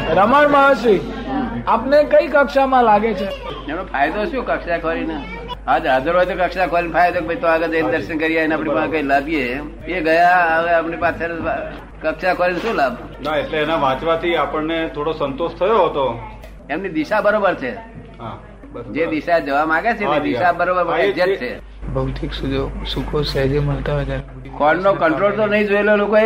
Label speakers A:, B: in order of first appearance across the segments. A: રમણ મહર્ષિ આપને કઈ કક્ષામાં લાગે છે
B: એનો ફાયદો શું કક્ષા ખોરીને આજ હાજર હોય તો કક્ષા ખોરીને ફાયદો કે ભાઈ તો આગળ જઈને દર્શન કરી આવીને આપણી પાસે કઈ લાભીએ એ ગયા હવે આપણી પાસે કક્ષા ખોરીને શું લાભ
C: ના એટલે એના વાંચવાથી આપણને થોડો સંતોષ થયો હતો
B: એમની દિશા બરોબર છે
C: હા બસ
B: જે દિશા જવા માંગે છે ને દિશા બરોબર એક્ઝેક્ટ છે
D: ભૌતિક સુજો સુખો સહેજે મળતા હોય ત્યારે
B: કોણનો કંટ્રોલ તો નહીં જોયેલો લોકોએ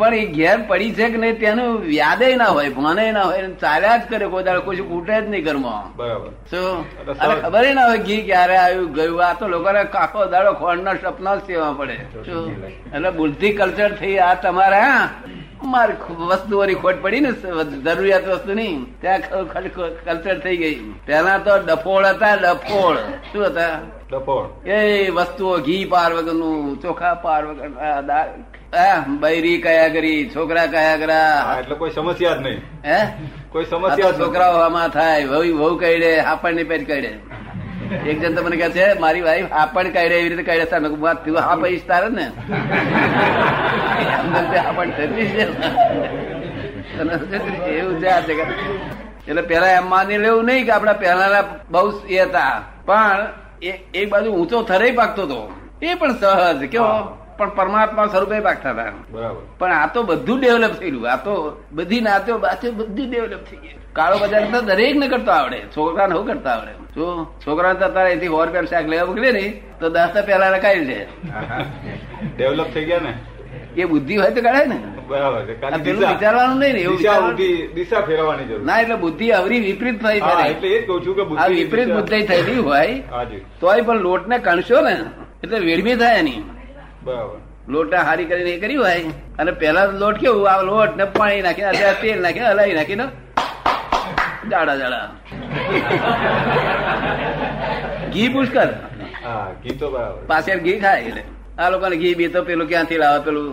B: પણ એ ઘેર પડી છે કે નહીં તેનું વ્યાદેય ના હોય ભાનેય ના હોય અને ચાલ્યા જ કરે કોઈ દાડો કશું ખૂટે જ નહીં ઘરમાં
C: બરાબર
B: શું
C: એટલે સર-
B: અને ખબર ના હોય ઘી ક્યારે આવ્યું ગયું આ તો લોકોને આખો દાડો ખોળના સપના જ સેવા પડે શું? એટલે બુદ્ધિ કલ્ચર થઈ આ તમારે હા? મારી ખો- વસ્તુઓની ખોટ પડી ને જરૂરિયાત વસ્તુની ત્યાં કલ્ચર થઈ ગઈ પહેલા તો ડફોળ હતા ડફોળ શું હતા
C: ડફોળ
B: એ વસ્તુઓ ઘી પાર વગરનું ચોખા પાર વગર આ દા- આ બૈરી કયા કરી છોકરા કયા
C: હા
B: કરા
C: એટલે કોઈ સમસ્યા જ નહીં
B: હે
C: કોઈ
B: આ
C: સમસ્યા
B: તો
C: જ નહીં.
B: છોકરાઓ આમાં થાય વહુ વહુ કઈડે હાપણ ની પેટ કઈડે એક જણ તમને કહે છે મારી વાઈફ હાપણ કઈડે એવી રીતે કઈડે સામે વાત તું હા પૈસ તારે ને અંદર તે હાપણ થતી છે તને સમજે? એવું છે આ જગત એટલે પેલા એમ માની લેવું નહીં કે આપડા પહેલાના બહુ એ હતા પણ એ- એક બાજુ ઊંચો થરે પાકતો હતો એ પણ સહજ કેવો પણ પરમાત્મા સ્વરૂપે પાકતા હતા
C: બરાબર
B: પણ આ તો બધું ડેવલપ થયેલું આ તો બધી નાતો બાતો બધી ડેવલપ થઈ ગઈ કાળો બજાર તો દરેક ને કરતા આવડે છોકરાને હું કરતા આવડે જો છોકરાને તો તારે એથી હોર પેર શાક લેવા મોકલે ને તો દસ તો પેલા રખાઈ લે
C: ડેવલપ થઈ ગયા ને
B: એ બુદ્ધિ હોય તો કઢાય ને
C: બરાબર છે
B: આ
C: ખાલી
B: પેલું
C: દિશા-
B: વિચારવાનું નહીં ને એવું
C: દિશા
B: વિચારવાનું-
C: ઉધી- દિશા ફેરવવાની જરૂર
B: ના એટલે બુદ્ધિ અવરી વિપરીત થઈ
C: હા
B: ફરે
C: એટલે એ જ કહું છું કે
B: આ
C: બુદ્ધિની
B: વિપરીત
C: દિશા-
B: બુદ્ધિ થયેલી હોય
C: હાજી
B: તોય પણ લોટને કણશો ને એટલે વેડમી થાય એની
C: બરાબર
B: લોટા હારી કરીને એ કરી હોય અને પેલા લોટ કેવું આ લોટ ને પાણી નાખીને અત્યારે તેલ નાખીને હલાવી નાખીને જાડા જાડા ઘી પુષ્કર
C: હા ઘી તો બરાબર
B: પાછળ ઘી ખાય એટલે આ લોકોને ઘી બી તો પેલું ક્યાંથી લાવે પેલું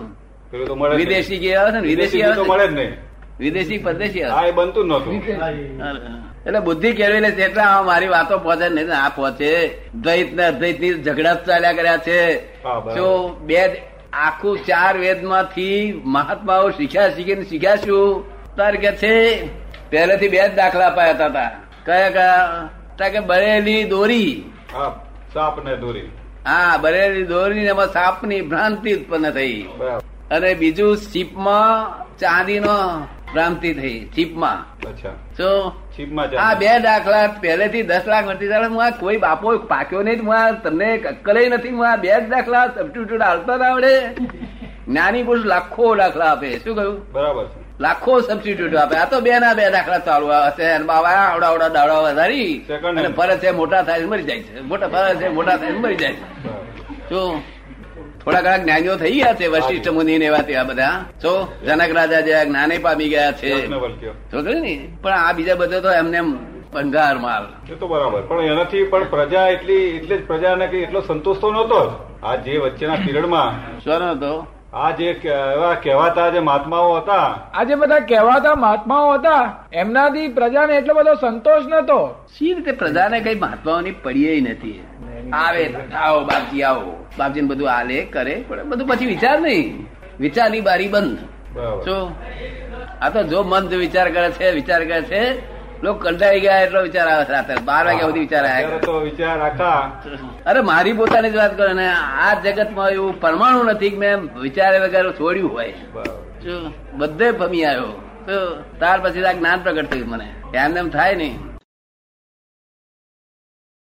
C: પેલું તો મળે જ નહીં.
B: વિદેશી ઘી આવે છે ને વિદેશી
C: ઘી તો
B: આવે
C: મળે
B: છે?
C: જ નહીં
B: વિદેશી પરદેશી આવે
C: હા એ બનતું જ નહોતું
B: એટલે બુદ્ધિ કેળવી લે છે એટલે આ મારી વાતો પહોંચે નહીં ને આ પહોંચે દ્વૈત ને અદ્વૈત ની ઝઘડા જ ચાલ્યા કર્યા છે
C: હા, બરાબર.
B: જો બે જ- આખું ચાર વેદમાંથી મહાત્માઓ શીખ્યા શીખીને શીખ્યા શું તાર કે છે પહેલેથી બે જ દાખલા અપાયા હતા તાર. કયા કયા તાર કે બરેલી દોરી
C: હા સાપ ને દોરી
B: હા બરેલી દોરી ને એમાં સાપની ભ્રાંતિ ઉત્પન્ન થઈ
C: બરાબર
B: અને બીજું સીપમાં ચાંદીનો ભ્રાંતિ થઈ સીપમાં
C: અચ્છા
B: શું
C: છીપમાં
B: આ
C: જાય
B: બે દાખલા પહેલેથી દસ લાખ મળતી ત્યારે હું આ કોઈ બાપો પાક્યો નહીં હું આ તમને અક્કલે નથી હું આ બે જ દાખલા સબસ્ટિટ્યુટ આવતા ના આવડે જ્ઞાની પુરુષ લાખો દાખલા આપે શું કહ્યું
C: બરાબર છે
B: લાખો સબસ્ટિટ્યુટ આપે આ તો બે ના બે દાખલા ચાલુ હશે અને બાવા આવડા આવડા દાડા વધારી
C: Second
B: અને
C: hand.
B: ફરજ છે મોટા થાય મરી જાય છે મોટા ફરજ છે મોટા થાય મરી જાય છે
C: બરાબર
B: જો થોડા ઘણા જ્ઞાનીઓ થઈ ગયા છે વશિષ્ઠ મુનિ ને એવા તેવા બધા જો જનક રાજા જેવા જ્ઞાને પામી ગયા છે
C: ને વલક્યો
B: તો કહ્યું ને પણ આ બીજા બધા તો એમને એમ ભંગાર માલ
C: એ તો બરાબર પણ એનાથી પણ પ્રજા એટલી એટલે જ પ્રજાને કઈ એટલો સંતોષ તો નહોતો જ આ જે વચ્ચેના પીરિયડમાં
B: શોનો હતો
C: આ જે કે- એવા કહેવાતા જે મહાત્માઓ હતા
A: આજે બધા કહેવાતા મહાત્માઓ હતા એમનાથી પ્રજાને એટલો બધો સંતોષ નતો
B: સી રીતે પ્રજાને કઈ મહાત્માઓની પડીએ નથી આવે આવો બાપજી આવો બાપજીને બધું આલે કરે પણ બધું પછી વિચાર નહીં વિચારની બારી બંધ
C: બરાબર
B: જો આ તો જો મન જો વિચાર કરે છે વિચાર કરે છે લોકો કંટાળી ગયા એટલો વિચાર આવે છે રાત્રે બાર વાગ્યા સુધી વિચાર આવ્યા કરે.
C: અત્યારે તો વિચાર આખા
B: અરે મારી પોતાની જ વાત કરો ને આ જગતમાં એવું પરમાણુ નથી કે મેં વિચારે વગર છોડ્યું હોય
C: બરાબર
B: જો બધે ભમી આવ્યો તો ત્યાર પછી આ જ્ઞાન પ્રગટ થયું મને એમને એમ થાય નહીં